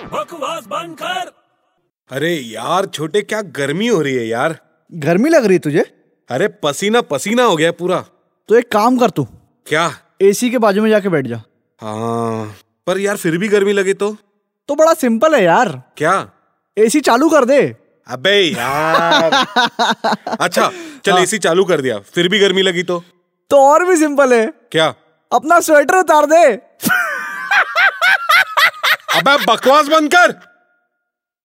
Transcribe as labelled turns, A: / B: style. A: आवाज बंद कर
B: अरे यार छोटे क्या गर्मी हो रही है यार
C: गर्मी लग रही है तुझे
B: अरे पसीना पसीना हो गया पूरा
C: तो एक काम कर तू
B: क्या
C: एसी के बाजू में जाके बैठ जा
B: हाँ पर यार फिर भी गर्मी लगे तो
C: तो बड़ा सिंपल है यार
B: क्या
C: एसी चालू कर दे
B: अबे यार अच्छा चल एसी चालू कर दिया फिर भी गर्मी लगी तो
C: तो और भी सिंपल है
B: क्या
C: अपना स्वेटर उतार दे
B: अबे बकवास बंद कर